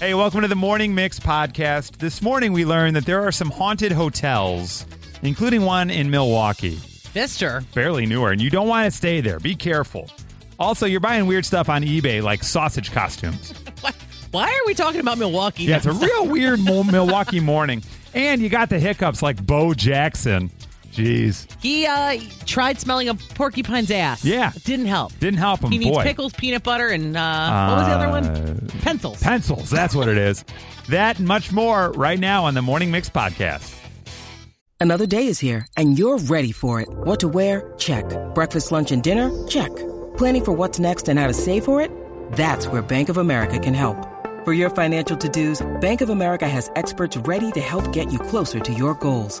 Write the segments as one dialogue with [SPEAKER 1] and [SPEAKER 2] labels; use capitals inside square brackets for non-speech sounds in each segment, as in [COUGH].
[SPEAKER 1] Hey, welcome to the Morning Mix podcast. This morning we learned that there are some haunted hotels, including one in Milwaukee,
[SPEAKER 2] Fister.
[SPEAKER 1] fairly newer, and you don't want to stay there. Be careful. Also, you're buying weird stuff on eBay like sausage costumes.
[SPEAKER 2] [LAUGHS] What? Why are we talking about Milwaukee?
[SPEAKER 1] Yeah, it's a real weird Mo- Milwaukee morning. And you got the hiccups like Bo Jackson. Jeez.
[SPEAKER 2] He uh, tried smelling a porcupine's ass.
[SPEAKER 1] Yeah.
[SPEAKER 2] It didn't help.
[SPEAKER 1] Didn't help him,
[SPEAKER 2] He needs
[SPEAKER 1] boy.
[SPEAKER 2] pickles, peanut butter, and uh, what was the other one? Pencils.
[SPEAKER 1] Pencils, that's what it is. That and much more right now on the Morning Mix podcast.
[SPEAKER 3] Another day is here, and you're ready for it. What to wear? Check. Breakfast, lunch, and dinner? Check. Planning for what's next and how to save for it? That's where Bank of America can help. For your financial to-dos, Bank of America has experts ready to help get you closer to your goals.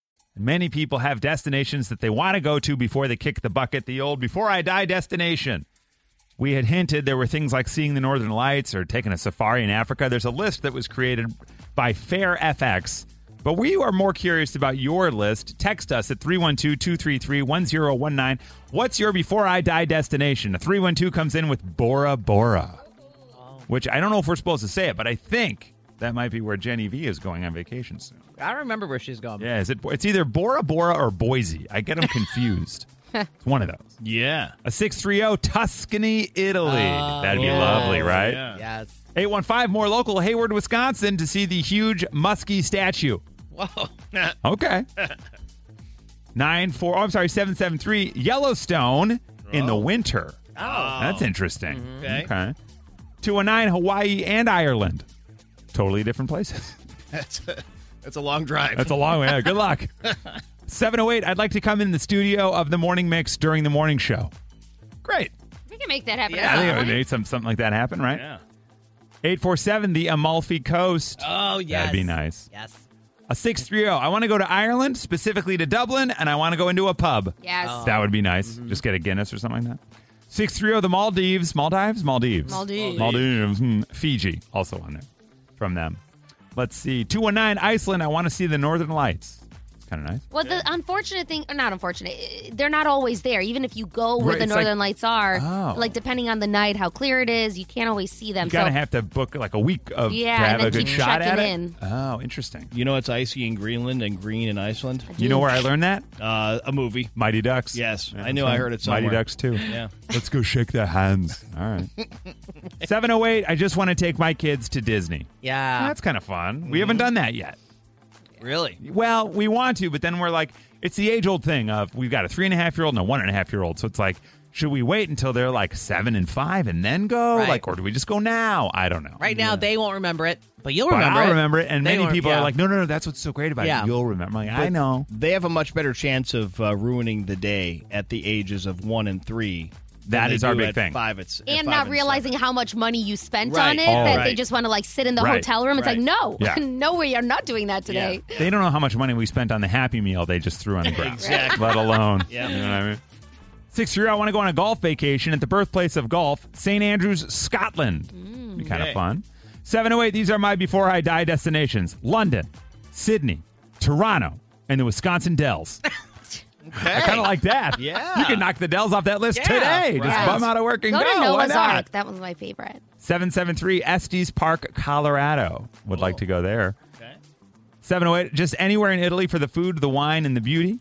[SPEAKER 1] Many people have destinations that they want to go to before they kick the bucket, the old before I die destination. We had hinted there were things like seeing the Northern Lights or taking a safari in Africa. There's a list that was created by Fair FX, but we are more curious about your list. Text us at 312 233 1019. What's your before I die destination? A 312 comes in with Bora Bora, which I don't know if we're supposed to say it, but I think that might be where Jenny V is going on vacation soon.
[SPEAKER 2] I remember where she's gone.
[SPEAKER 1] Yeah, is it? It's either Bora Bora or Boise. I get
[SPEAKER 4] [LAUGHS]
[SPEAKER 1] them confused. it's one of those.
[SPEAKER 4] Yeah.
[SPEAKER 1] A six three zero Tuscany, Italy. That'd be
[SPEAKER 2] yeah.
[SPEAKER 1] lovely, right?
[SPEAKER 4] Oh, Yeah.
[SPEAKER 2] Yes.
[SPEAKER 1] Eight one five more local Hayward, Wisconsin, to see the huge Muskie statue.
[SPEAKER 4] Whoa. [LAUGHS]
[SPEAKER 1] Okay. Nine four. Oh, I'm sorry. Seven seven three Yellowstone in the winter.
[SPEAKER 4] Oh. Mm-hmm.
[SPEAKER 1] That's interesting.
[SPEAKER 4] Okay.
[SPEAKER 1] okay. Two one nine Hawaii and Ireland. Totally different places.
[SPEAKER 4] That's a, that's a long drive.
[SPEAKER 1] That's a long way. out. Good luck. 708, I'd like to come in the studio of the morning mix during the morning show. Great.
[SPEAKER 5] We can make that happen.
[SPEAKER 4] Yeah,
[SPEAKER 5] at
[SPEAKER 1] I
[SPEAKER 5] some
[SPEAKER 1] think it would
[SPEAKER 5] point.
[SPEAKER 1] make some, something like that
[SPEAKER 4] [LAUGHS]
[SPEAKER 1] happen, right?
[SPEAKER 4] yeah.
[SPEAKER 1] 847, the Amalfi Coast.
[SPEAKER 2] Oh, yes.
[SPEAKER 1] That'd be nice.
[SPEAKER 2] Yes.
[SPEAKER 1] A 630, I want to go to Ireland, specifically to Dublin, and I want to go into a pub.
[SPEAKER 5] Yes.
[SPEAKER 4] Oh.
[SPEAKER 1] That would be nice. Just get a Guinness or something like that. 630, the Maldives. Maldives? Maldives.
[SPEAKER 5] Maldives.
[SPEAKER 1] Maldives. Hmm. Fiji, also on there from them. Let's see. 219, Iceland, I want to see the Northern Lights. It's kind of nice.
[SPEAKER 5] Well, the unfortunate thing, or not unfortunate, eh, they're not always there. Even if you go where
[SPEAKER 1] Right,
[SPEAKER 5] the
[SPEAKER 1] it's
[SPEAKER 5] northern
[SPEAKER 1] like-
[SPEAKER 5] lights are,
[SPEAKER 1] Oh.
[SPEAKER 5] like depending on the night, how clear it is, you can't always see them.
[SPEAKER 1] You gotta
[SPEAKER 5] so
[SPEAKER 1] have to book like a week of
[SPEAKER 5] Yeah,
[SPEAKER 1] to
[SPEAKER 5] and
[SPEAKER 1] have
[SPEAKER 5] then
[SPEAKER 1] a good
[SPEAKER 5] keep
[SPEAKER 1] shot at
[SPEAKER 5] checking
[SPEAKER 1] it.
[SPEAKER 5] in.
[SPEAKER 1] Oh, interesting.
[SPEAKER 4] You know it's icy in Greenland and green in Iceland?
[SPEAKER 1] You know where I learned that?
[SPEAKER 4] Uh, a movie.
[SPEAKER 1] Mighty Ducks.
[SPEAKER 4] Yes,
[SPEAKER 1] Yeah,
[SPEAKER 4] I knew I heard it somewhere.
[SPEAKER 1] Mighty Ducks too.
[SPEAKER 4] Yeah.
[SPEAKER 1] Let's go shake their hands. All
[SPEAKER 5] [LAUGHS]
[SPEAKER 1] right. Seven oh eight. I just want to take my kids to Disney.
[SPEAKER 2] Yeah.
[SPEAKER 1] That's kind of fun.
[SPEAKER 5] Mm-hmm.
[SPEAKER 1] We haven't done that yet.
[SPEAKER 4] Really?
[SPEAKER 1] Well, we want to, but then we're like, it's the age old thing of we've got a three and a half year old and a one and a half year old. So it's like, should we wait until they're like seven and five and then go?
[SPEAKER 2] Right.
[SPEAKER 1] Like, or do we just go now? I don't know.
[SPEAKER 2] right now, they won't remember it, but you'll
[SPEAKER 1] But
[SPEAKER 2] remember
[SPEAKER 1] I'll
[SPEAKER 2] it.
[SPEAKER 1] remember it. And
[SPEAKER 2] They
[SPEAKER 1] many
[SPEAKER 2] won't-
[SPEAKER 1] people
[SPEAKER 2] yeah.
[SPEAKER 1] are like, no, no, no, that's what's so great about
[SPEAKER 2] Yeah.
[SPEAKER 1] it. You'll remember. I'm like, I know.
[SPEAKER 4] They have a much better chance of uh, ruining the day at the ages of one and three. than
[SPEAKER 1] That
[SPEAKER 4] they
[SPEAKER 1] is our
[SPEAKER 4] do
[SPEAKER 1] big
[SPEAKER 4] at
[SPEAKER 1] thing.
[SPEAKER 4] Five, it's,
[SPEAKER 5] and not realizing how much money you spent
[SPEAKER 4] Right.
[SPEAKER 5] on it,
[SPEAKER 1] Oh,
[SPEAKER 5] that they
[SPEAKER 1] right.
[SPEAKER 5] just want to like sit in the
[SPEAKER 1] Right.
[SPEAKER 5] hotel room. It's
[SPEAKER 4] Right.
[SPEAKER 5] like, no,
[SPEAKER 1] Yeah.
[SPEAKER 5] [LAUGHS] no, we are not doing that today.
[SPEAKER 1] They don't know how much money we spent on the Happy Meal they just threw on the ground.
[SPEAKER 4] Exactly.
[SPEAKER 1] [LAUGHS] Let alone.
[SPEAKER 4] Yeah.
[SPEAKER 1] You know what I mean? Six year, I want to go on a golf vacation at the birthplace of golf, St. Andrews, Scotland. Be kind of
[SPEAKER 4] Okay.
[SPEAKER 1] fun. 708, these are my before I die destinations London, Sydney, Toronto, and the Wisconsin Dells. I kind of like that.
[SPEAKER 4] Yeah.
[SPEAKER 1] You can knock the Dells off that list
[SPEAKER 4] Yeah,
[SPEAKER 1] today. Just
[SPEAKER 4] right.
[SPEAKER 1] bum out of work and
[SPEAKER 5] Go,
[SPEAKER 1] go.
[SPEAKER 5] to
[SPEAKER 1] Why
[SPEAKER 5] Noah's
[SPEAKER 1] not?
[SPEAKER 5] Ark. That was my favorite.
[SPEAKER 1] 773 Estes Park, Colorado. Would like to go there.
[SPEAKER 4] Okay.
[SPEAKER 1] 708, just anywhere in Italy for the food, the wine, and the beauty.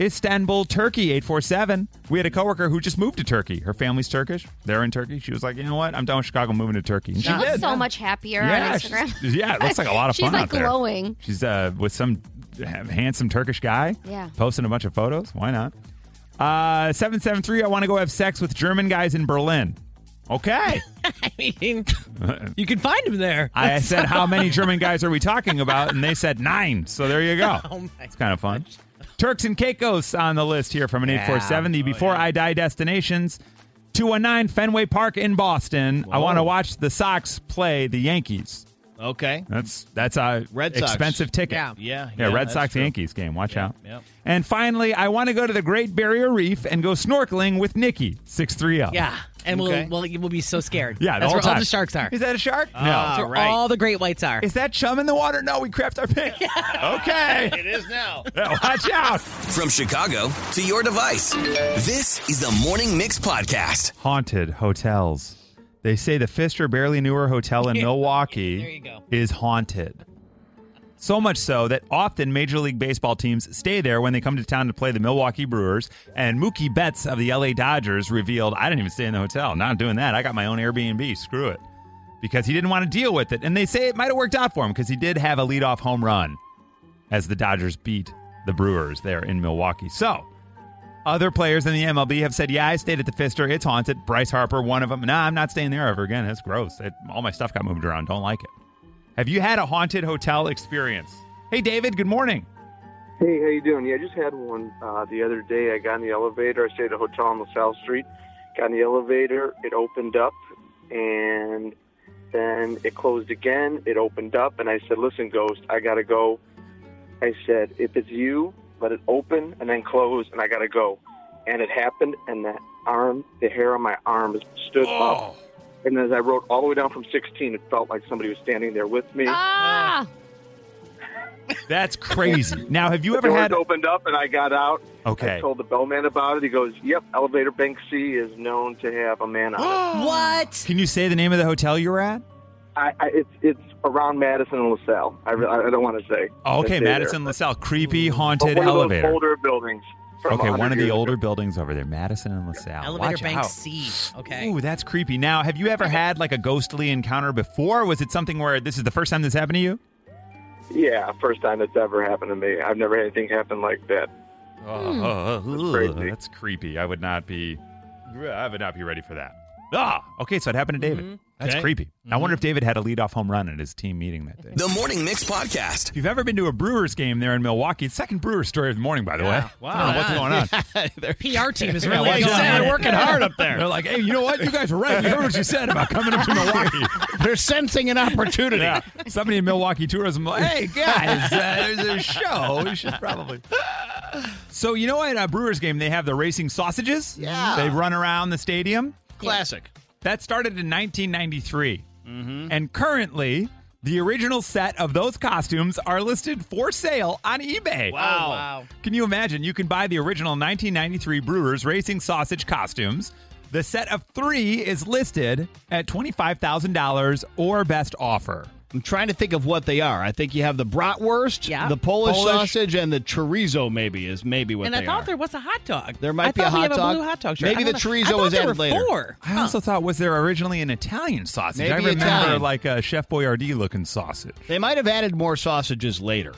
[SPEAKER 1] Istanbul, Turkey, 847. We had a coworker who just moved to Turkey. Her family's Turkish. They're in Turkey. She was like, you know what? I'm done with Chicago, I'm moving to Turkey. And
[SPEAKER 5] She looks so much happier on
[SPEAKER 1] she's-
[SPEAKER 5] Instagram.
[SPEAKER 1] yeah, it looks like a lot of
[SPEAKER 5] She's
[SPEAKER 1] fun
[SPEAKER 5] like
[SPEAKER 1] out there.
[SPEAKER 5] glowing.
[SPEAKER 1] She's uh, with some handsome Turkish guy.
[SPEAKER 5] Yeah.
[SPEAKER 1] Posting a bunch of photos. Why not? Uh, 773, I want to go have sex with German guys in Berlin. Okay.
[SPEAKER 2] [LAUGHS] I
[SPEAKER 1] [LAUGHS]
[SPEAKER 2] mean, you can find him there.
[SPEAKER 1] I said, how many German guys are we talking about? And they said nine. So there you go.
[SPEAKER 2] [LAUGHS] Oh, my
[SPEAKER 1] it's kind of fun. Turks and Caicos on the list here from an 847.
[SPEAKER 2] Oh,
[SPEAKER 1] The Before I Die destinations. 219 Fenway Park in Boston. I want to watch the Sox play the Yankees.
[SPEAKER 4] Okay.
[SPEAKER 1] That's that's a
[SPEAKER 4] Red Sox.
[SPEAKER 1] expensive ticket.
[SPEAKER 2] Yeah.
[SPEAKER 4] Yeah,
[SPEAKER 1] Yeah,
[SPEAKER 4] yeah,
[SPEAKER 1] Red
[SPEAKER 4] that's
[SPEAKER 1] Sox
[SPEAKER 4] true.
[SPEAKER 1] Yankees game. Watch out.
[SPEAKER 4] yeah.
[SPEAKER 1] And finally, I want to go to the Great Barrier Reef and go snorkeling with Nikki, 630.
[SPEAKER 2] Yeah, and
[SPEAKER 4] Okay.
[SPEAKER 2] we'll, we'll we'll be so scared.
[SPEAKER 1] oh. Yeah, the
[SPEAKER 2] that's
[SPEAKER 1] whole
[SPEAKER 2] where all
[SPEAKER 1] time.
[SPEAKER 2] the sharks are. Oh.
[SPEAKER 1] Is that a shark? No.
[SPEAKER 4] Ah,
[SPEAKER 2] That's where
[SPEAKER 4] right.
[SPEAKER 2] all the great whites are.
[SPEAKER 1] Is that chum in the water? No, we crapped our pants. okay.
[SPEAKER 4] It is [LAUGHS] now.
[SPEAKER 1] Yeah, Watch out.
[SPEAKER 6] From Chicago to your device, this is the Morning Mix Podcast.
[SPEAKER 1] Haunted hotels. They say the Pfister Barely Newer
[SPEAKER 2] [LAUGHS]
[SPEAKER 1] Hotel in Milwaukee
[SPEAKER 2] There you go.
[SPEAKER 1] is haunted. So much so that often Major League Baseball teams stay there when they come to town to play the Milwaukee Brewers. And Mookie Betts of the LA Dodgers revealed, I didn't even stay in the hotel. Not doing that. I got my own Airbnb. Screw it. Because he didn't want to deal with it. And they say it might have worked out for him because he did have a leadoff home run as the Dodgers beat the Brewers there in Milwaukee. So. Other players in the MLB have said, "Yeah, I stayed at the Fister. It's haunted." Bryce Harper, one of them. Nah, I'm not staying there ever again. That's gross. It, all my stuff got moved around. Don't like it. Have you had a haunted hotel experience? Hey, David. Good morning.
[SPEAKER 7] Hey, how you doing? Yeah, I just had one uh, the other day. I got in the elevator. I stayed at a hotel on LaSalle Street. Got in the elevator. It opened up, and then it closed again. It opened up, and I said, "Listen, ghost, I gotta go." I said, "If it's you, let it open and then close, and I gotta go." And it happened, and the arm, the hair on my arm, stood up. And as I rode all the way down from 16, it felt like somebody was standing there with me.
[SPEAKER 5] [LAUGHS] Ah,
[SPEAKER 7] [LAUGHS]
[SPEAKER 1] That's crazy. now, have you
[SPEAKER 7] The
[SPEAKER 1] ever
[SPEAKER 7] doors
[SPEAKER 1] had?
[SPEAKER 7] opened up and I got out.
[SPEAKER 1] [LAUGHS] Okay.
[SPEAKER 7] I told the bellman about it. He goes, "Yep, elevator bank C is known to have a man on it.
[SPEAKER 1] [GASPS]
[SPEAKER 2] what?
[SPEAKER 1] Can you say the name of the hotel you were at?
[SPEAKER 7] I, I, it's it's around Madison and LaSalle. I, re- I don't want to say.
[SPEAKER 1] Oh, okay,
[SPEAKER 7] I stay
[SPEAKER 1] Madison
[SPEAKER 7] there.
[SPEAKER 1] LaSalle, creepy
[SPEAKER 7] But
[SPEAKER 1] haunted
[SPEAKER 7] one Of
[SPEAKER 1] elevator.
[SPEAKER 7] those older buildings. from
[SPEAKER 1] Okay,
[SPEAKER 7] 100
[SPEAKER 1] one of the
[SPEAKER 7] years
[SPEAKER 1] older
[SPEAKER 7] ago.
[SPEAKER 1] buildings over there, Madison and LaSalle.
[SPEAKER 2] Elevator
[SPEAKER 1] Watch
[SPEAKER 2] Bank
[SPEAKER 1] out.
[SPEAKER 2] C. Okay.
[SPEAKER 1] Ooh, that's creepy. Now, have you ever had like a ghostly encounter before? Was it something where this is the first time this happened to you?
[SPEAKER 7] Yeah, first time that's ever happened to me. I've never had anything happen like that.
[SPEAKER 1] Oh,
[SPEAKER 7] That's
[SPEAKER 1] ugh,
[SPEAKER 7] crazy.
[SPEAKER 1] that's creepy. I would not be. I would not be ready for that. Ah, okay. So it happened to David. That's
[SPEAKER 4] Mm-hmm. Okay. Mm-hmm.
[SPEAKER 1] creepy. I wonder if David had a leadoff home run at his team meeting that day.
[SPEAKER 6] The Morning Mix Podcast.
[SPEAKER 1] If you've ever been to a Brewers game there in Milwaukee, it's second Brewers story of the morning, by the way.
[SPEAKER 4] wow.
[SPEAKER 1] I don't know what's going on.
[SPEAKER 2] Their PR team is
[SPEAKER 1] Yeah,
[SPEAKER 2] really
[SPEAKER 1] why
[SPEAKER 2] going
[SPEAKER 1] not?
[SPEAKER 2] on.
[SPEAKER 4] They're working hard up there.
[SPEAKER 1] They're like, hey, you know what? You guys were right. We heard what you said about coming up to
[SPEAKER 4] [LAUGHS]
[SPEAKER 1] Milwaukee.
[SPEAKER 4] [LAUGHS] They're sensing an opportunity.
[SPEAKER 1] Yeah. Somebody in Milwaukee tourism, like, hey guys, uh, there's a show. You should probably.
[SPEAKER 4] [LAUGHS]
[SPEAKER 1] So you know at a Brewers game they have the racing sausages.
[SPEAKER 4] Yeah.
[SPEAKER 1] they run around the stadium.
[SPEAKER 4] Classic.
[SPEAKER 1] That started in 1993. And currently, the original set of those costumes are listed for sale on eBay.
[SPEAKER 4] Oh, Wow.
[SPEAKER 2] wow.
[SPEAKER 1] Can you imagine? You can buy the original 1993 Brewers racing sausage costumes. The set of three is listed at $25,000 or best offer.
[SPEAKER 4] I'm trying to think of what they are. I think you have the bratwurst,
[SPEAKER 2] Yeah.
[SPEAKER 4] the Polish,
[SPEAKER 1] Polish.
[SPEAKER 4] sausage, and the chorizo. Maybe is maybe what
[SPEAKER 2] And
[SPEAKER 4] they
[SPEAKER 2] I thought
[SPEAKER 4] are.
[SPEAKER 2] there was a hot dog.
[SPEAKER 4] There might
[SPEAKER 2] I
[SPEAKER 4] be a
[SPEAKER 2] thought we
[SPEAKER 4] hot
[SPEAKER 2] have
[SPEAKER 4] dog.
[SPEAKER 2] A blue hot dog shirt.
[SPEAKER 4] Maybe
[SPEAKER 2] I
[SPEAKER 4] the
[SPEAKER 2] don't know.
[SPEAKER 4] chorizo
[SPEAKER 2] I thought
[SPEAKER 4] was
[SPEAKER 2] there
[SPEAKER 4] added
[SPEAKER 2] were
[SPEAKER 4] later.
[SPEAKER 2] Four.
[SPEAKER 1] I also thought, was there originally an Italian sausage?
[SPEAKER 4] Maybe
[SPEAKER 1] I remember
[SPEAKER 4] Italian.
[SPEAKER 1] like a Chef Boyardee looking sausage.
[SPEAKER 4] They might have added more sausages
[SPEAKER 1] [LAUGHS]
[SPEAKER 4] later.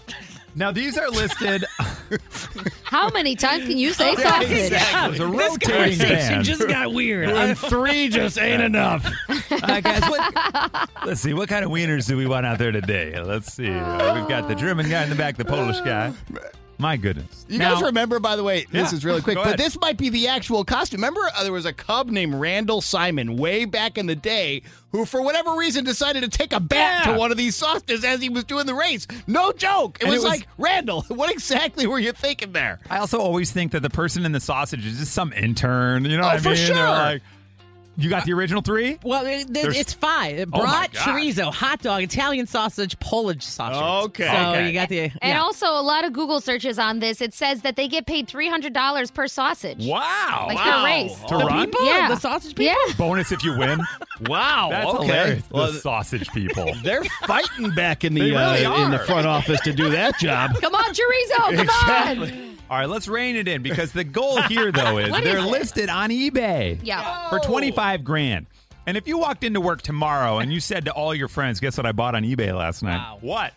[SPEAKER 1] Now, these are [LAUGHS] listed.
[SPEAKER 5] how many times can you
[SPEAKER 1] [LAUGHS]
[SPEAKER 5] say sausage?
[SPEAKER 1] It was a
[SPEAKER 2] This
[SPEAKER 1] rotating
[SPEAKER 2] conversation
[SPEAKER 1] band.
[SPEAKER 2] just got weird. I-
[SPEAKER 4] three just ain't enough.
[SPEAKER 1] Uh, guys, what, [LAUGHS] let's see. What kind of wieners do we want out there today? Let's see. Uh, we've got the German guy in the back, the Polish guy. My goodness.
[SPEAKER 4] You
[SPEAKER 1] Now-
[SPEAKER 4] guys remember, by the way, this
[SPEAKER 1] Yeah.
[SPEAKER 4] is really quick,
[SPEAKER 1] Go
[SPEAKER 4] but
[SPEAKER 1] ahead.
[SPEAKER 4] this might be the actual costume. Remember, uh, there was a cub named Randall Simon way back in the day who, for whatever reason, decided to take a bat
[SPEAKER 1] Yeah.
[SPEAKER 4] to one of these sausages as he was doing the race. No joke. It,
[SPEAKER 1] And
[SPEAKER 4] was,
[SPEAKER 1] it was-
[SPEAKER 4] like, Randall, [LAUGHS] what exactly were you thinking there?
[SPEAKER 1] I also always think that the person in the sausage is just some intern. You know what I
[SPEAKER 4] for
[SPEAKER 1] mean? They're
[SPEAKER 4] sure.
[SPEAKER 1] like, you got the original three?
[SPEAKER 2] well, it, it-
[SPEAKER 1] There's-
[SPEAKER 2] it's five.
[SPEAKER 1] Oh, my
[SPEAKER 2] Brat,
[SPEAKER 1] God.
[SPEAKER 2] chorizo, hot dog, Italian sausage, Polish sausage.
[SPEAKER 4] Okay.
[SPEAKER 2] So
[SPEAKER 1] Okay.
[SPEAKER 2] you got the.
[SPEAKER 5] And
[SPEAKER 2] yeah.
[SPEAKER 5] also, a lot of Google searches on this. It says that they get paid three hundred dollars per sausage.
[SPEAKER 1] Wow.
[SPEAKER 5] Like
[SPEAKER 4] Wow.
[SPEAKER 5] per race.
[SPEAKER 1] To
[SPEAKER 2] the
[SPEAKER 1] run?
[SPEAKER 2] people,
[SPEAKER 5] Yeah.
[SPEAKER 2] the sausage people.
[SPEAKER 5] Yeah.
[SPEAKER 1] Bonus if you win.
[SPEAKER 4] Wow.
[SPEAKER 1] That's hilarious. the sausage people.
[SPEAKER 4] they're fighting back in the
[SPEAKER 1] They really
[SPEAKER 4] uh, in the
[SPEAKER 1] are.
[SPEAKER 4] front office to do that job.
[SPEAKER 5] Come on, chorizo. Come on.
[SPEAKER 1] All right, let's rein it in because the goal here, though, is
[SPEAKER 5] What
[SPEAKER 1] they're
[SPEAKER 5] is it?
[SPEAKER 1] listed on eBay.
[SPEAKER 5] Yeah.
[SPEAKER 1] for 25 grand. And if you walked into work tomorrow and you said to all your friends, guess what I bought on eBay last night?
[SPEAKER 2] Wow.
[SPEAKER 1] What?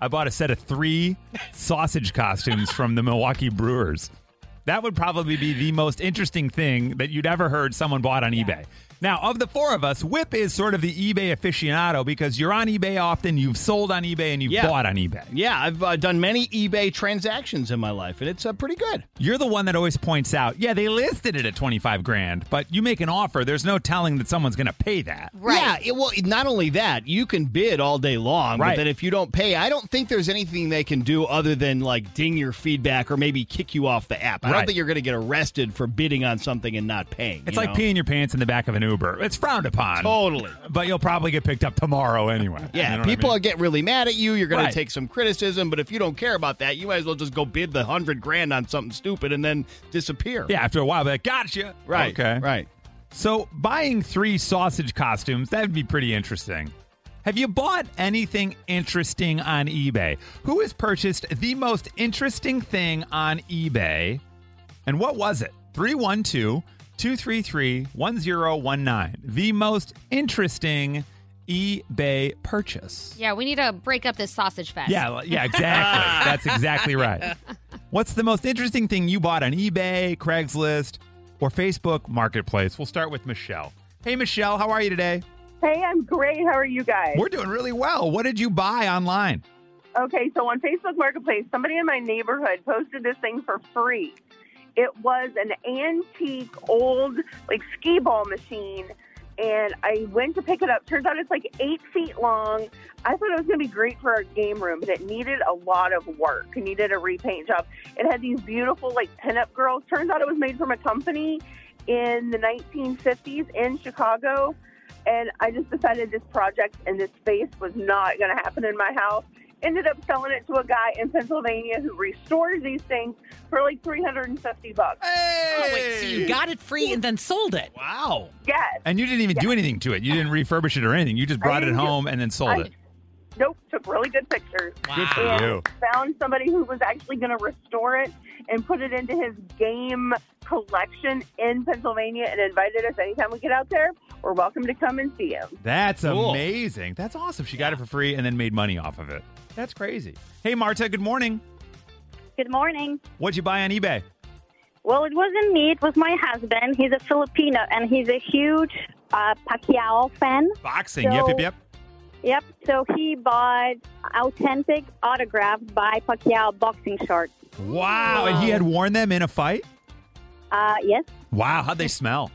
[SPEAKER 1] I bought a set of three sausage costumes from the Milwaukee Brewers. That would probably be the most interesting thing that you'd ever heard someone bought on eBay. Now, of the four of us, Whip is sort of the eBay aficionado because you're on eBay often, you've sold on eBay, and you've
[SPEAKER 4] Yeah.
[SPEAKER 1] bought on eBay.
[SPEAKER 4] Yeah, I've uh, done many eBay transactions in my life, and it's uh, pretty good.
[SPEAKER 1] You're the one that always points out, yeah, they listed it at 25 grand, but you make an offer, there's no telling that someone's going to pay that.
[SPEAKER 4] Yeah, it, well, not only that, you can bid all day long,
[SPEAKER 1] Right.
[SPEAKER 4] but then if you don't pay, I don't think there's anything they can do other than like ding your feedback or maybe kick you off the app. I
[SPEAKER 1] Right.
[SPEAKER 4] don't think you're going to get arrested for bidding on something and not paying.
[SPEAKER 1] It's
[SPEAKER 4] you
[SPEAKER 1] like
[SPEAKER 4] know?
[SPEAKER 1] peeing your pants in the back of an Uber. It's frowned upon.
[SPEAKER 4] Totally.
[SPEAKER 1] But you'll probably get picked up tomorrow anyway.
[SPEAKER 4] Yeah,
[SPEAKER 1] You know what I
[SPEAKER 4] people
[SPEAKER 1] mean?
[SPEAKER 4] get really mad at you. You're going
[SPEAKER 1] Right.
[SPEAKER 4] to take some criticism, but if you don't care about that, you might as well just go bid the hundred grand on something stupid and then disappear.
[SPEAKER 1] Yeah, after a while, they're like, gotcha.
[SPEAKER 4] Right.
[SPEAKER 1] Okay.
[SPEAKER 4] Right.
[SPEAKER 1] So, buying three sausage costumes, that would be pretty interesting. Have you bought anything interesting on eBay? Who has purchased the most interesting thing on eBay? And what was it? 312 233 1019. The most interesting eBay purchase.
[SPEAKER 5] Yeah, we need to break up this sausage fest.
[SPEAKER 1] Yeah, l- yeah, [LAUGHS] exactly. That's exactly right. What's the most interesting thing you bought on eBay, Craigslist, or Facebook Marketplace? We'll start with Michelle. Hey, Michelle, how are you today?
[SPEAKER 8] Hey, I'm great. How are you guys?
[SPEAKER 1] We're doing really well. What did you buy online?
[SPEAKER 8] Okay, so on Facebook Marketplace, somebody in my neighborhood posted this thing for free. It was an antique old like skee ball machine, and I went to pick it up. Turns out it's like eight feet long. I thought it was going to be great for our game room, but it needed a lot of work. It needed a repaint job. It had these beautiful like pinup girls. Turns out it was made from a company in the 1950s in Chicago. And I just decided this project and this space was not going to happen in my house. Ended up selling it to a guy in Pennsylvania who restores these things for like 350 bucks.
[SPEAKER 1] Hey!
[SPEAKER 2] Oh, wait, so you got it free and then sold it.
[SPEAKER 1] Wow.
[SPEAKER 8] Yes.
[SPEAKER 1] And you didn't even do anything to it. You didn't refurbish it or anything. You just
[SPEAKER 8] I
[SPEAKER 1] brought it
[SPEAKER 8] didn't do-
[SPEAKER 1] home and then sold
[SPEAKER 8] I-
[SPEAKER 1] it.
[SPEAKER 8] Nope. Took really good pictures.
[SPEAKER 1] Good for
[SPEAKER 8] And
[SPEAKER 1] you.
[SPEAKER 8] found somebody who was actually going to restore it and put it into his game collection in Pennsylvania and invited us anytime we get out there. We're welcome to come and see him.
[SPEAKER 1] That's
[SPEAKER 4] Cool.
[SPEAKER 1] amazing. That's awesome. She got it for free and then made money off of it. That's crazy. Hey, Marta, good morning.
[SPEAKER 9] Good morning.
[SPEAKER 1] What'd you buy on eBay?
[SPEAKER 9] Well, it wasn't me. It was my husband. He's a Filipino, and he's a huge uh, Pacquiao fan.
[SPEAKER 1] Boxing. yep,
[SPEAKER 9] So-
[SPEAKER 1] yep, yep.
[SPEAKER 9] Yep. So he bought authentic autographed by Pacquiao boxing shorts.
[SPEAKER 1] Wow. And he had worn them in a fight?
[SPEAKER 9] Uh, yes.
[SPEAKER 1] Wow. How'd they smell?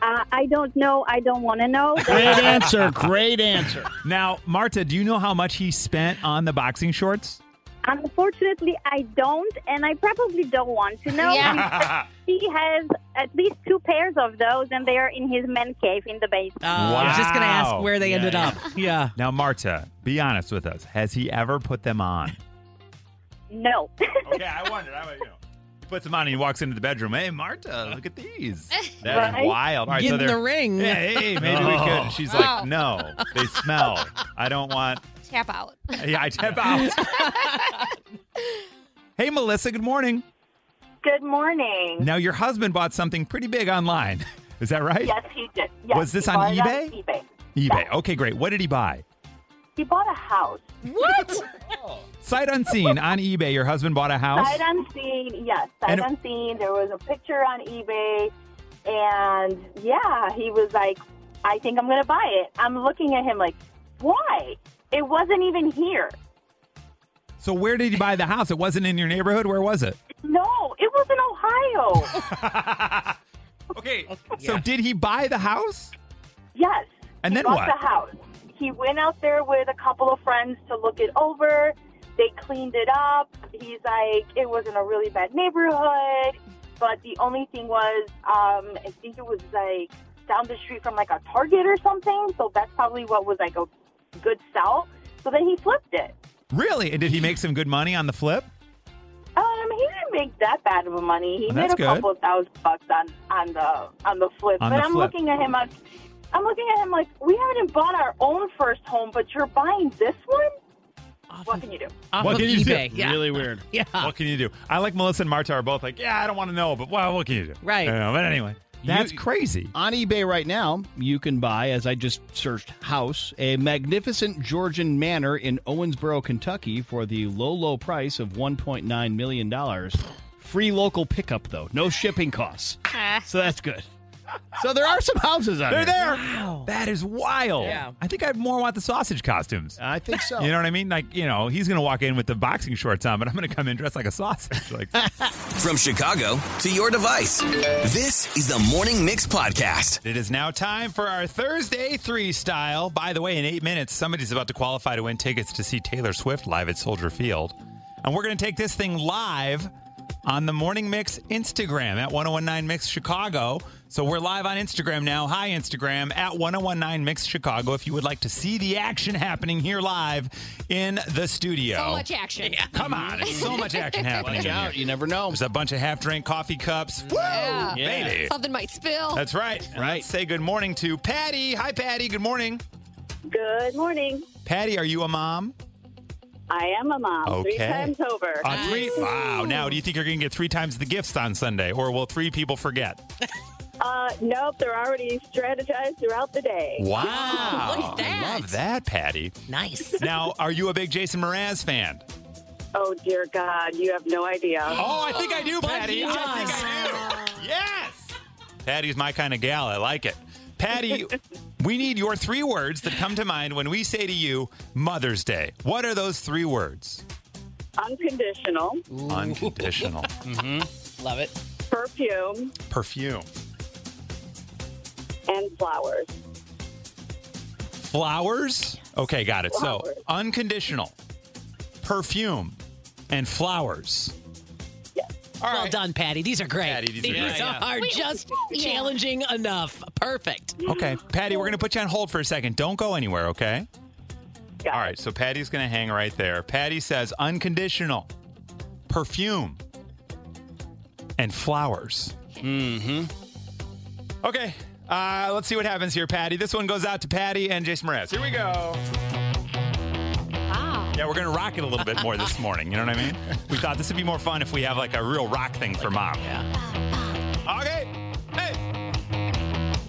[SPEAKER 9] Uh, I don't know. I don't want to know.
[SPEAKER 4] Great answer. Great answer.
[SPEAKER 1] Now, Marta, do you know how much he spent on the boxing shorts?
[SPEAKER 9] Unfortunately, I don't, and I probably don't want to know.
[SPEAKER 5] Yeah.
[SPEAKER 9] He has at least two pairs of those, and they are in his man cave in the basement.
[SPEAKER 2] Uh, I was just going to
[SPEAKER 1] Wow.
[SPEAKER 2] ask where they
[SPEAKER 4] Yeah,
[SPEAKER 2] ended
[SPEAKER 4] yeah.
[SPEAKER 2] up. Yeah.
[SPEAKER 1] Now, Marta, be honest with us. Has he ever put them on?
[SPEAKER 8] [LAUGHS]
[SPEAKER 9] No.
[SPEAKER 1] okay, I wondered. I, you know. He puts them on and he walks into the bedroom. Hey, Marta, look at these. That's
[SPEAKER 9] Right?
[SPEAKER 1] wild. All right,
[SPEAKER 2] Get
[SPEAKER 1] so
[SPEAKER 2] in
[SPEAKER 1] they're-
[SPEAKER 2] the ring.
[SPEAKER 1] Hey, hey, maybe we could.
[SPEAKER 2] [LAUGHS]
[SPEAKER 1] And She's like,
[SPEAKER 5] Oh.
[SPEAKER 1] no, they smell. I don't want.
[SPEAKER 5] [LAUGHS] Tap out.
[SPEAKER 1] Yeah, I tap out. [LAUGHS] hey, Melissa, good morning.
[SPEAKER 8] Good morning.
[SPEAKER 1] Now, your husband bought something pretty big online. [LAUGHS] Is that right?
[SPEAKER 8] Yes, he did. Yes,
[SPEAKER 1] Was this
[SPEAKER 8] he
[SPEAKER 1] on
[SPEAKER 8] bought it
[SPEAKER 1] eBay?
[SPEAKER 8] eBay.
[SPEAKER 1] eBay. Okay, great. What did he buy?
[SPEAKER 8] He bought a house.
[SPEAKER 2] What?
[SPEAKER 1] Sight
[SPEAKER 8] [LAUGHS]
[SPEAKER 1] unseen on eBay, your husband bought a house.
[SPEAKER 8] Sight unseen, yes, sight
[SPEAKER 1] And-
[SPEAKER 8] unseen. There was a picture on eBay, and yeah, he was like, "I think I'm going to buy it." I'm looking at him like, "Why? It wasn't even here.
[SPEAKER 1] So where did he buy the house? It wasn't in your neighborhood. Where was it?
[SPEAKER 8] No, it was in
[SPEAKER 5] [LAUGHS]
[SPEAKER 8] Ohio.
[SPEAKER 1] okay. So did he buy the house?
[SPEAKER 8] yes."
[SPEAKER 1] And
[SPEAKER 8] he
[SPEAKER 1] then
[SPEAKER 8] bought
[SPEAKER 1] what?
[SPEAKER 8] The house. He went out there with a couple of friends to look it over. They cleaned it up. He's like, it was in a really bad neighborhood, but the only thing was, um, I think it was like down the street from like a Target or something. So that's probably what was like a good sell. So then he flipped it.
[SPEAKER 1] Really? And did he make some good money on the flip?
[SPEAKER 8] Um, he didn't make that bad of a money. He
[SPEAKER 1] Well,
[SPEAKER 8] made
[SPEAKER 1] that's
[SPEAKER 8] a
[SPEAKER 1] good.
[SPEAKER 8] couple thousand bucks on on the on the flip.
[SPEAKER 1] On
[SPEAKER 8] but
[SPEAKER 1] the
[SPEAKER 8] I'm
[SPEAKER 1] flip.
[SPEAKER 8] looking at him. I'm, I'm looking at him like we haven't bought our own first home, but you're buying this one. What can you do?
[SPEAKER 2] Off
[SPEAKER 1] What
[SPEAKER 2] of
[SPEAKER 1] can you do?
[SPEAKER 2] eBay. Yeah.
[SPEAKER 4] Really weird.
[SPEAKER 2] Yeah.
[SPEAKER 1] What can you do? I like Melissa and Marta are both like, yeah, I don't want to know, but well, what can you do?
[SPEAKER 2] Right.
[SPEAKER 1] You know, but anyway, that's
[SPEAKER 4] You-
[SPEAKER 1] crazy.
[SPEAKER 4] On eBay right now, you can buy, as I just searched house, a magnificent Georgian manor in Owensboro, Kentucky for the low, low price of $1.9
[SPEAKER 1] Eh.
[SPEAKER 4] million. Free local pickup, though. No shipping costs. So that's good. So there are some houses out
[SPEAKER 1] They're
[SPEAKER 4] here.
[SPEAKER 1] there. That is wild.
[SPEAKER 2] Yeah. Oh.
[SPEAKER 1] I think I'd more want the sausage costumes.
[SPEAKER 4] I think so.
[SPEAKER 1] You know what I mean? Like, you know, he's going to walk in with the boxing shorts on, but I'm going to come in dressed like a sausage. [LAUGHS] Like,
[SPEAKER 6] From Chicago to your device, this is the Morning Mix Podcast.
[SPEAKER 1] It is now time for our Thursday three style. By the way, in eight minutes, somebody's about to qualify to win tickets to see Taylor Swift live at Soldier Field. And we're going to take this thing live on the Morning Mix Instagram at 1019 Mix Chicago. So we're live on Instagram now. Hi, Instagram at 1019 Mix Chicago if you would like to see the action happening here live in the studio.
[SPEAKER 5] So much action.
[SPEAKER 1] Come on, it's so
[SPEAKER 5] [LAUGHS]
[SPEAKER 1] much action happening.
[SPEAKER 4] Watch
[SPEAKER 1] in
[SPEAKER 4] out.
[SPEAKER 1] here.
[SPEAKER 4] You never know.
[SPEAKER 1] There's a bunch of half drink coffee cups. Woo!
[SPEAKER 5] Yeah.
[SPEAKER 1] Baby.
[SPEAKER 5] Something might spill.
[SPEAKER 1] That's right. And
[SPEAKER 4] Right.
[SPEAKER 1] Let's say good morning to Patty. Hi, Patty. Good morning.
[SPEAKER 9] Good morning.
[SPEAKER 1] Patty, are you a mom?
[SPEAKER 9] I am a mom. Three
[SPEAKER 1] Okay.
[SPEAKER 9] times over.
[SPEAKER 1] Uh, three. Wow. Now, do you think you're going to get three times the gifts on Sunday, or will three people forget?
[SPEAKER 9] Uh, nope, they're already strategized throughout the day.
[SPEAKER 1] Wow.
[SPEAKER 2] Look at that.
[SPEAKER 1] I love that, Patty.
[SPEAKER 2] Nice.
[SPEAKER 1] Now, are you a big Jason Mraz fan?
[SPEAKER 9] Oh, dear God, you have no idea.
[SPEAKER 1] Oh, I think I do, Patty.
[SPEAKER 2] he
[SPEAKER 1] I think I do. Yes. Patty's my kind of gal. I like it. [LAUGHS] Patty, we need your three words that come to mind when we say to you Mother's Day. What are those three words?
[SPEAKER 9] Unconditional,
[SPEAKER 1] Unconditional.
[SPEAKER 2] Love it.
[SPEAKER 9] perfume,
[SPEAKER 1] Perfume.
[SPEAKER 9] and flowers.
[SPEAKER 1] Flowers? Okay, got it. So
[SPEAKER 9] Flowers.
[SPEAKER 1] unconditional, perfume, and flowers.
[SPEAKER 9] Yes.
[SPEAKER 1] All
[SPEAKER 2] Well
[SPEAKER 1] right.
[SPEAKER 2] done, Patty. These are great.
[SPEAKER 1] Patty, these are great.
[SPEAKER 2] are just
[SPEAKER 5] yeah.
[SPEAKER 2] challenging enough. Perfect.
[SPEAKER 1] Okay, Patty, we're going to put you on hold for a second. Don't go anywhere, okay?
[SPEAKER 9] Got
[SPEAKER 1] All right, so Patty's going to hang right there. Patty says unconditional, perfume, and flowers. Mm-hmm. Okay, uh, let's see what happens here, Patty. This one goes out to Patty and Jason Mraz. Here we go.
[SPEAKER 5] Wow.
[SPEAKER 1] Yeah, we're gonna rock it a little bit more this morning. You know what I mean? We thought this would be more fun if we have like a real rock thing for mom. Yeah. Okay. Hey.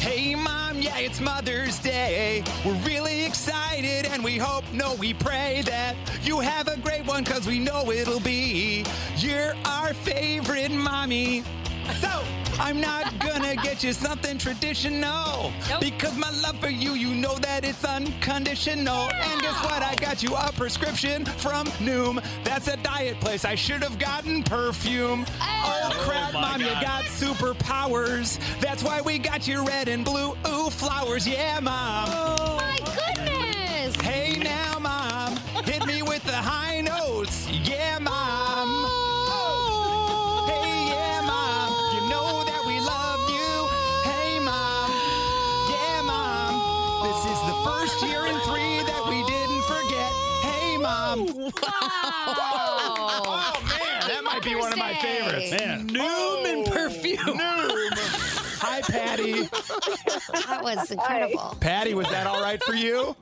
[SPEAKER 1] Hey, mom. Yeah, it's Mother's Day. We're really excited, and we hope, no, we pray that you have a great one, cause we know it'll be. You're our favorite mommy. So I'm not gonna get you something traditional
[SPEAKER 5] Nope.
[SPEAKER 1] because my love for you, you know that it's unconditional. And guess what? I got you a prescription from Noom. That's a diet place. I should have gotten perfume. Oh, crap, mom, you got superpowers. That's why we got you red and blue ooh flowers. Yeah, mom.
[SPEAKER 5] My
[SPEAKER 1] [LAUGHS]
[SPEAKER 5] goodness.
[SPEAKER 1] Hey now, mom, hit me with the high notes. Yeah, mom. Oh. Hey, yeah, mom. You know that we love you. Hey, mom. Yeah, mom. This is the first year in three that we didn't forget. Hey, mom. [LAUGHS]
[SPEAKER 5] Wow.
[SPEAKER 1] Oh man, that might be one of my
[SPEAKER 5] Mother's Day.
[SPEAKER 1] favorites. Man.
[SPEAKER 2] Noom and perfume.
[SPEAKER 1] Hi, Patty.
[SPEAKER 5] that was
[SPEAKER 1] [LAUGHS]
[SPEAKER 5] incredible.
[SPEAKER 1] Patty, was that all right for you?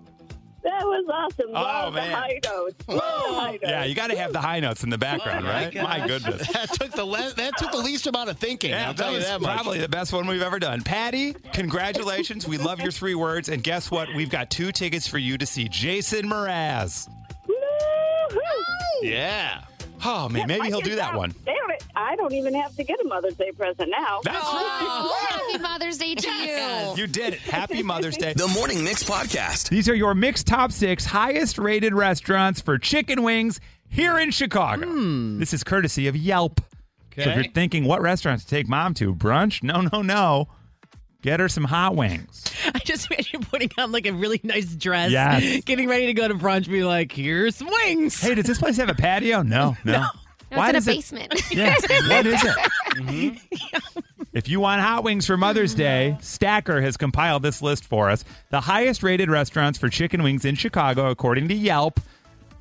[SPEAKER 9] That was awesome. Love
[SPEAKER 1] Oh, man.
[SPEAKER 9] the high notes. Love the high notes.
[SPEAKER 1] Yeah, you got to have the high notes in the background, right? Oh, My goodness.
[SPEAKER 4] That took the le- that took the least amount of thinking.
[SPEAKER 1] Yeah,
[SPEAKER 4] I'll tell
[SPEAKER 1] that
[SPEAKER 4] you
[SPEAKER 1] was
[SPEAKER 4] that much.
[SPEAKER 1] probably the best one we've ever done. Patty, congratulations. we love your three words. And guess what? We've got two tickets for you to see Jason Mraz.
[SPEAKER 9] Woo-hoo.
[SPEAKER 4] Yeah.
[SPEAKER 1] Oh, man, maybe
[SPEAKER 9] I
[SPEAKER 1] he'll
[SPEAKER 9] can
[SPEAKER 1] do that
[SPEAKER 9] tell-
[SPEAKER 1] one.
[SPEAKER 9] Damn it. I don't even have to get a Mother's Day present now.
[SPEAKER 1] That's
[SPEAKER 5] Oh, happy Mother's Day to
[SPEAKER 1] right.
[SPEAKER 5] you.
[SPEAKER 1] You did it. Happy Mother's Day.
[SPEAKER 6] The Morning Mix Podcast.
[SPEAKER 1] [LAUGHS] These are your mixed top six highest rated restaurants for chicken wings here in Chicago. This is courtesy of Yelp. So if you're thinking what restaurant to take mom to, brunch? No, no, no. Get her some hot wings.
[SPEAKER 2] I just [LAUGHS] imagine putting on like a really nice dress,
[SPEAKER 1] Yes.
[SPEAKER 2] getting ready to go to brunch, be like, here's some wings.
[SPEAKER 1] Hey, does this place have a patio? No, [LAUGHS] no.
[SPEAKER 5] No, it's in a
[SPEAKER 1] does it-
[SPEAKER 5] basement.
[SPEAKER 1] [LAUGHS] Yes. what is it? Mm-hmm. If you want hot wings for Mother's Day, Stacker has compiled this list for us. The highest rated restaurants for chicken wings in Chicago, according to Yelp.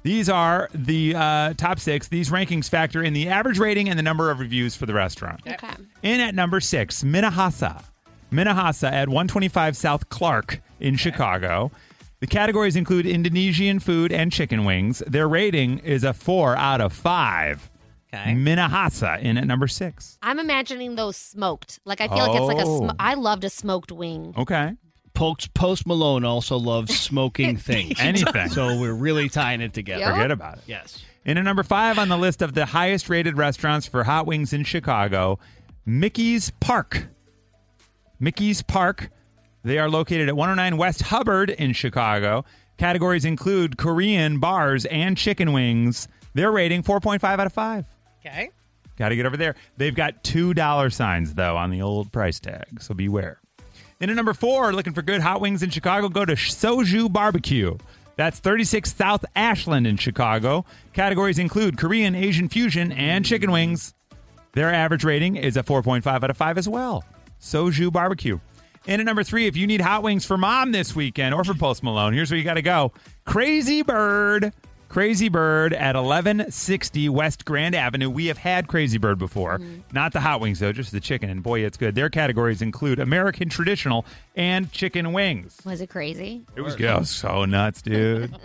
[SPEAKER 1] These are the uh, top six. These rankings factor in the average rating and the number of reviews for the restaurant.
[SPEAKER 5] okay.
[SPEAKER 1] In at number six, Minahasa. Minahasa at 125 South Clark in Chicago. The categories include Indonesian food and chicken wings. Their rating is a four out of five.
[SPEAKER 2] Okay.
[SPEAKER 1] Minahasa in at number six.
[SPEAKER 5] I'm imagining those smoked. Like I feel like it's like a.
[SPEAKER 1] Oh.
[SPEAKER 5] Sm- I loved a smoked wing.
[SPEAKER 1] Okay.
[SPEAKER 4] Post, Post Malone also loves smoking things.
[SPEAKER 1] Anything.
[SPEAKER 4] So we're really tying it together.
[SPEAKER 5] Yep.
[SPEAKER 1] Forget about it.
[SPEAKER 4] Yes.
[SPEAKER 1] In at number five on the list of the highest rated restaurants for hot wings in Chicago, Mickey's Park. Mickey's Park. They are located at 109 West Hubbard in Chicago. Categories include Korean bars and chicken wings. Their rating 4.5 out of 5.
[SPEAKER 2] Okay.
[SPEAKER 1] Got to get over there. They've got $2 signs, though, on the old price tag, so beware. In at number four, looking for good hot wings in Chicago, go to Soju Barbecue. That's 36 South Ashland in Chicago. Categories include Korean, Asian fusion, and chicken wings. Their average rating is a 4.5 out of 5 as well. Soju Barbecue. In at number three, if you need hot wings for mom this weekend or for Post Malone, here's where you got to go Crazy Bird. Crazy Bird at 1160 West Grand Avenue. We have had Crazy Bird before. Not the hot wings, though, just the chicken. And boy, it's good. Their categories include American traditional and chicken wings.
[SPEAKER 5] Was it crazy?
[SPEAKER 1] It was, good. It was so nuts, dude.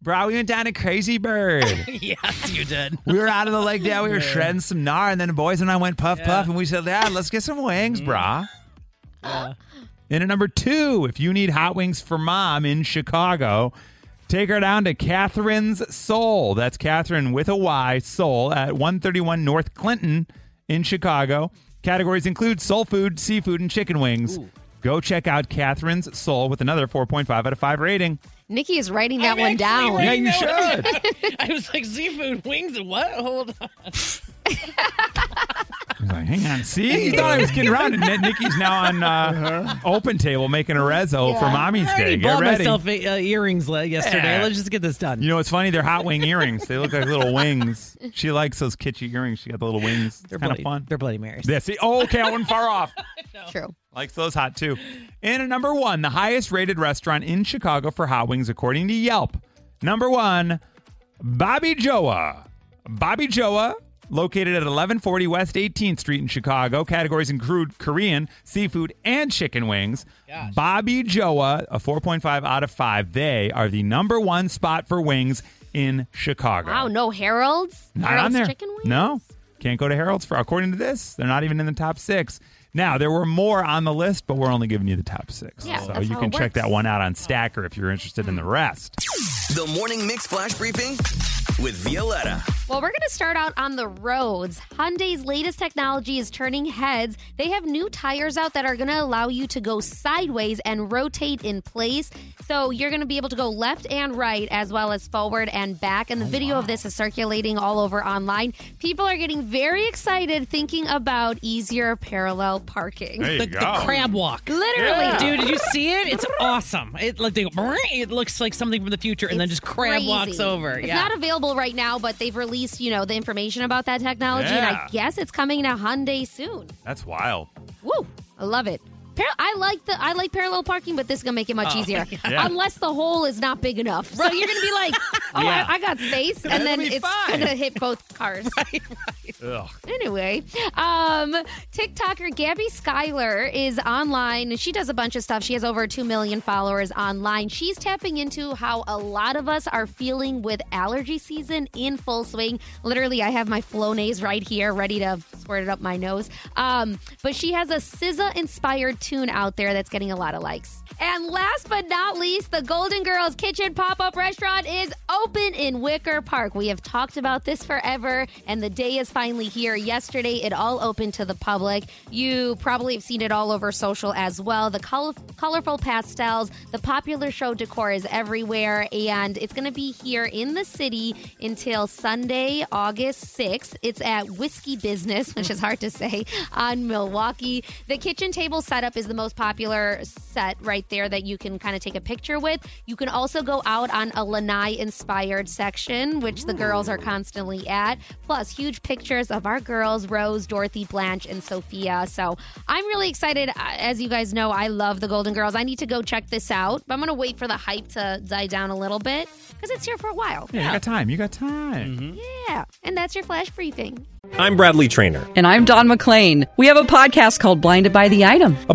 [SPEAKER 1] Bro, we went down to Crazy Bird.
[SPEAKER 2] [LAUGHS] yes, you did.
[SPEAKER 1] We were out of the lake down. We were shredding some gnar, and then the boys and I went puff puff, and we said, "Yeah, Mm. let's get some wings, brah." And at number two, if you need hot wings for mom in Chicago, take her down to Catherine's Soul. That's Catherine with a Y Soul at 131 North Clinton in Chicago. Categories include soul food, seafood, and chicken wings. Go check out Catherine's Soul with another 4.5 out of 5 rating.
[SPEAKER 5] Nikki is writing that one down.
[SPEAKER 1] Yeah, you should.
[SPEAKER 2] I was like, seafood wings and what? Hold on.
[SPEAKER 1] He's like, hang on. See, you thought I was kidding around, and then Nikki's now on uh, Open Table making a rezzo for Mommy's
[SPEAKER 2] I
[SPEAKER 1] Day.
[SPEAKER 2] already
[SPEAKER 1] Get
[SPEAKER 2] bought
[SPEAKER 1] ready.
[SPEAKER 2] myself uh, earrings le- yesterday.
[SPEAKER 1] Yeah.
[SPEAKER 2] Let's just get this done.
[SPEAKER 1] You know, it's funny. They're hot wing earrings. They look like little wings. She likes those kitschy earrings. She got the little wings. It's
[SPEAKER 2] They're
[SPEAKER 1] kind of
[SPEAKER 2] bloody-
[SPEAKER 1] fun.
[SPEAKER 2] They're Bloody Marys.
[SPEAKER 1] Yeah, see, oh, okay, I went far off.
[SPEAKER 5] True.
[SPEAKER 1] Likes those hot too. And at number one, the highest rated restaurant in Chicago for hot wings, according to Yelp. Number one, Bobby Joa. Bobby Joa, located at 1140 West 18th Street in Chicago. Categories include Korean, seafood, and chicken wings. Bobby Joa, a 4.5 out of 5. They are the number one spot for wings in Chicago.
[SPEAKER 5] Wow, no Harold's?
[SPEAKER 1] Not
[SPEAKER 5] Harold's
[SPEAKER 1] on there.
[SPEAKER 5] chicken wings?
[SPEAKER 1] No, can't go to Harold's for. According to this, they're not even in the top six. Now there were more on the list, but we're only giving you the top six.
[SPEAKER 5] Yeah,
[SPEAKER 1] so
[SPEAKER 5] that's
[SPEAKER 1] you
[SPEAKER 5] how
[SPEAKER 1] can
[SPEAKER 5] it
[SPEAKER 1] check
[SPEAKER 5] works.
[SPEAKER 1] that one out on Stacker if you're interested in the rest.
[SPEAKER 6] The Morning Mix Flash Briefing with Violetta.
[SPEAKER 5] Well, we're going to start out on the roads. Hyundai's latest technology is turning heads. They have new tires out that are going to allow you to go sideways and rotate in place. So you're going to be able to go left and right as well as forward and back.
[SPEAKER 1] Oh,
[SPEAKER 5] And the video of this is circulating all over online. People are getting very excited thinking about easier parallel parking.
[SPEAKER 1] There you
[SPEAKER 2] The, the
[SPEAKER 1] go.
[SPEAKER 2] crab walk.
[SPEAKER 5] Literally,
[SPEAKER 1] Yeah.
[SPEAKER 5] dude.
[SPEAKER 2] Dude, did you see it? [LAUGHS] It's awesome. It like they, go, it looks like something from the future, and then just crab
[SPEAKER 5] crazy.
[SPEAKER 2] walks over.
[SPEAKER 5] It's
[SPEAKER 2] yeah.
[SPEAKER 5] not available right now, but they've released, you know, the information about that technology, and
[SPEAKER 1] Yeah.
[SPEAKER 5] I guess it's coming to Hyundai soon.
[SPEAKER 1] That's wild.
[SPEAKER 5] Woo! I love it. Par- I like the I like parallel parking, but this is gonna make it much easier.
[SPEAKER 1] Oh, [LAUGHS] Yeah.
[SPEAKER 5] Unless the hole is not big enough, so you're gonna be like, "Oh,
[SPEAKER 1] Yeah.
[SPEAKER 5] I, I got
[SPEAKER 1] [LAUGHS]
[SPEAKER 5] space," and
[SPEAKER 1] It'll
[SPEAKER 5] then
[SPEAKER 1] be
[SPEAKER 5] it's
[SPEAKER 1] fine.
[SPEAKER 5] gonna hit both
[SPEAKER 1] [LAUGHS]
[SPEAKER 5] cars.
[SPEAKER 1] Ugh.
[SPEAKER 5] Anyway, um, TikToker Gabby Skyler is online. She does a bunch of stuff. She has over 2 million followers online. She's tapping into how a lot of us are feeling with allergy season in full swing. Literally, I have my Flonase right here ready to squirt it up my nose. Um, but she has a SZA inspired tune out there that's getting a lot of likes. And last but not least, the Golden Girls Kitchen pop up restaurant is open in Wicker Park. We have talked about this forever, and the day is finally here. Yesterday, it all opened to the public. You probably have seen it all over social as well. The col- colorful pastels, the popular show decor is everywhere, and it's going to be here in the city until Sunday, August 6th. It's at Whiskey Business, which is hard to say, on Milwaukee. The kitchen table setup is the most popular set right there that you can kind of take a picture with. You can also go out on a Lanai inspired section, which the girls are constantly at, plus huge pictures of our girls, Rose, Dorothy, Blanche, and Sophia. So I'm really excited. Uh, As you guys know, I love the Golden Girls. I need to go check this out, but I'm going to wait for the hype to die down a little bit because it's here for a while.
[SPEAKER 1] Yeah, you got time. You got time.
[SPEAKER 5] Yeah. And that's your flash briefing.
[SPEAKER 10] I'm Bradley Trainer.
[SPEAKER 11] And I'm Don McClain. We have a podcast called Blinded by the Item.
[SPEAKER 10] A